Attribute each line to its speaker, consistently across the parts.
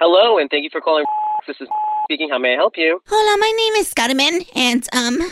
Speaker 1: Hello, and thank you for calling. This is speaking. How may I help you?
Speaker 2: Hola, my name is Scudderman, and um,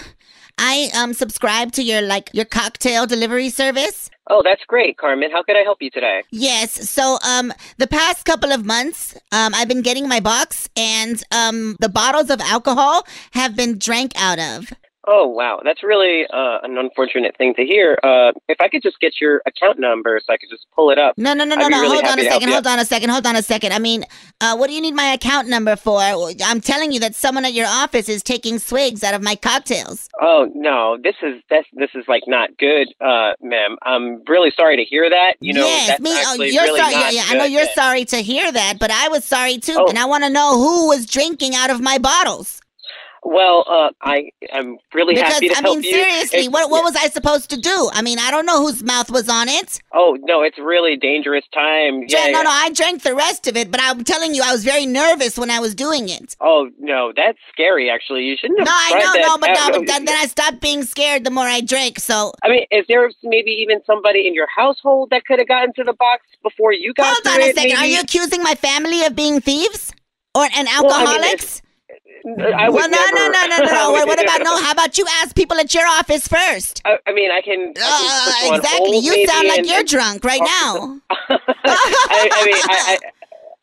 Speaker 2: I um subscribe to your like your cocktail delivery service.
Speaker 1: Oh, that's great, Carmen. How could I help you today?
Speaker 2: Yes, so um, the past couple of months, um, I've been getting my box, and um, the bottles of alcohol have been drank out of.
Speaker 1: Oh, wow. That's really uh, an unfortunate thing to hear. Uh, if I could just get your account number so I could just pull it up.
Speaker 2: No, no, no,
Speaker 1: I'd
Speaker 2: no,
Speaker 1: be
Speaker 2: no.
Speaker 1: really
Speaker 2: hold on
Speaker 1: happy
Speaker 2: a
Speaker 1: to help
Speaker 2: second.
Speaker 1: you.
Speaker 2: Hold on a second. Hold on a second. I mean, uh, what do you need my account number for? I'm telling you that someone at your office is taking swigs out of my cocktails.
Speaker 1: Oh no, this is this this is like not good, uh, ma'am. I'm really sorry to hear that. You know,
Speaker 2: yes,
Speaker 1: that's
Speaker 2: me. Oh,
Speaker 1: actually
Speaker 2: you're
Speaker 1: really
Speaker 2: sorry. Yeah,
Speaker 1: not
Speaker 2: yeah, I know
Speaker 1: good.
Speaker 2: you're sorry to hear that, but I was sorry too,
Speaker 1: Oh.
Speaker 2: and I want to know who was drinking out of my bottles.
Speaker 1: Well, uh, I am really
Speaker 2: Because
Speaker 1: happy to
Speaker 2: I
Speaker 1: help
Speaker 2: mean,
Speaker 1: you.
Speaker 2: seriously,
Speaker 1: It's-
Speaker 2: what what was I supposed to do? I mean, I don't know whose mouth was on it.
Speaker 1: Oh no, it's really dangerous time.
Speaker 2: Dra-
Speaker 1: Yeah,
Speaker 2: no,
Speaker 1: yeah.
Speaker 2: no, I drank the rest of it, but I'm telling you, I was very nervous when I was doing it.
Speaker 1: Oh no, that's scary. Actually, you shouldn't have
Speaker 2: No, I
Speaker 1: tried
Speaker 2: know,
Speaker 1: that.
Speaker 2: no, but
Speaker 1: Uh,
Speaker 2: no, but then, then I stopped being scared the more I drank. So
Speaker 1: I mean, is there maybe even somebody in your household that could have gotten to the box before you got
Speaker 2: hold
Speaker 1: to
Speaker 2: on a
Speaker 1: it?
Speaker 2: second. Are
Speaker 1: maybe?
Speaker 2: you accusing my family of being thieves or and
Speaker 1: Well, I mean,
Speaker 2: alcoholics?
Speaker 1: I would
Speaker 2: well, no, no,
Speaker 1: never-
Speaker 2: no, no, no,
Speaker 1: I
Speaker 2: no.
Speaker 1: would
Speaker 2: what, what about
Speaker 1: never-
Speaker 2: no? How about you ask people at your office first?
Speaker 1: I, I mean, I can. I can put
Speaker 2: Uh,
Speaker 1: on
Speaker 2: exactly.
Speaker 1: hold
Speaker 2: You
Speaker 1: maybe
Speaker 2: sound like
Speaker 1: and-
Speaker 2: you're drunk right now.
Speaker 1: I, I mean, I, I,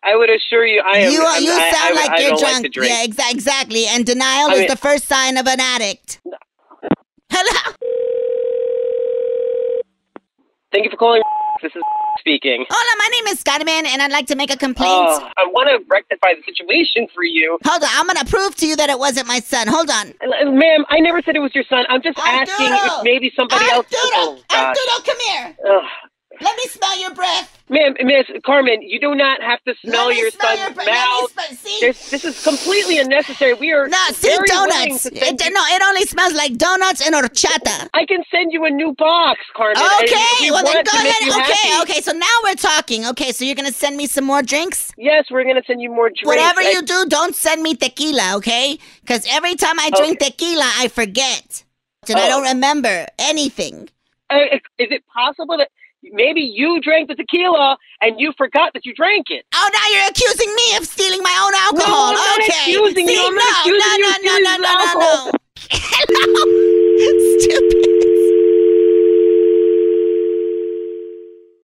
Speaker 1: I would assure you, I am.
Speaker 2: You
Speaker 1: I'm-
Speaker 2: you
Speaker 1: I,
Speaker 2: sound
Speaker 1: I,
Speaker 2: like
Speaker 1: I
Speaker 2: you're
Speaker 1: don't
Speaker 2: drunk.
Speaker 1: Like to drink.
Speaker 2: Yeah, exa- exactly. And denial
Speaker 1: I
Speaker 2: is
Speaker 1: mean-
Speaker 2: the first sign of an addict. Hello.
Speaker 1: Thank you for calling. This is speaking.
Speaker 2: Hola, my name is Scottman, and I'd like to make a complaint.
Speaker 1: Oh, I want to rectify the situation for you,
Speaker 2: Hold on, I'm gonna prove to you that it wasn't my son. Hold on.
Speaker 1: Uh, ma'am. I never said it was your son. I'm just asking
Speaker 2: Arturo!
Speaker 1: if maybe somebody else. Oh,
Speaker 2: Arturo,
Speaker 1: gosh.
Speaker 2: Arturo, come here.
Speaker 1: Ugh.
Speaker 2: Let me smell your breath.
Speaker 1: Ma'am, Miss Carmen, you do not have to
Speaker 2: Let
Speaker 1: smell
Speaker 2: me
Speaker 1: your
Speaker 2: smell
Speaker 1: son's
Speaker 2: your breath.
Speaker 1: mouth.
Speaker 2: Let me smell, see?
Speaker 1: This, this is completely unnecessary. We are
Speaker 2: No, see
Speaker 1: very willing
Speaker 2: donuts.
Speaker 1: to
Speaker 2: It,
Speaker 1: send you-
Speaker 2: no, it only smells like donuts and horchata.
Speaker 1: I can send you a new box, Carmen. and if
Speaker 2: Okay,
Speaker 1: you
Speaker 2: well then
Speaker 1: want
Speaker 2: go
Speaker 1: to make
Speaker 2: ahead.
Speaker 1: you
Speaker 2: Okay,
Speaker 1: happy-
Speaker 2: okay. So now we're talking. Okay, so you're gonna send me some more drinks.
Speaker 1: Yes, we're gonna send you more drinks.
Speaker 2: Whatever
Speaker 1: I-
Speaker 2: you do, don't send me tequila, okay? Because every time I drink tequila, I forget and I
Speaker 1: Oh.
Speaker 2: don't remember anything.
Speaker 1: I- is it possible that maybe you drank the tequila and you forgot that you drank it?
Speaker 2: Oh, now you're accusing me of stealing my own alcohol.
Speaker 1: I'm not
Speaker 2: okay.
Speaker 1: accusing you.
Speaker 2: See,
Speaker 1: I'm
Speaker 2: no,
Speaker 1: not accusing
Speaker 2: no,
Speaker 1: you of
Speaker 2: no,
Speaker 1: stealing
Speaker 2: no,
Speaker 1: the
Speaker 2: no, no, no,
Speaker 1: alcohol.
Speaker 2: Hello. Stupid.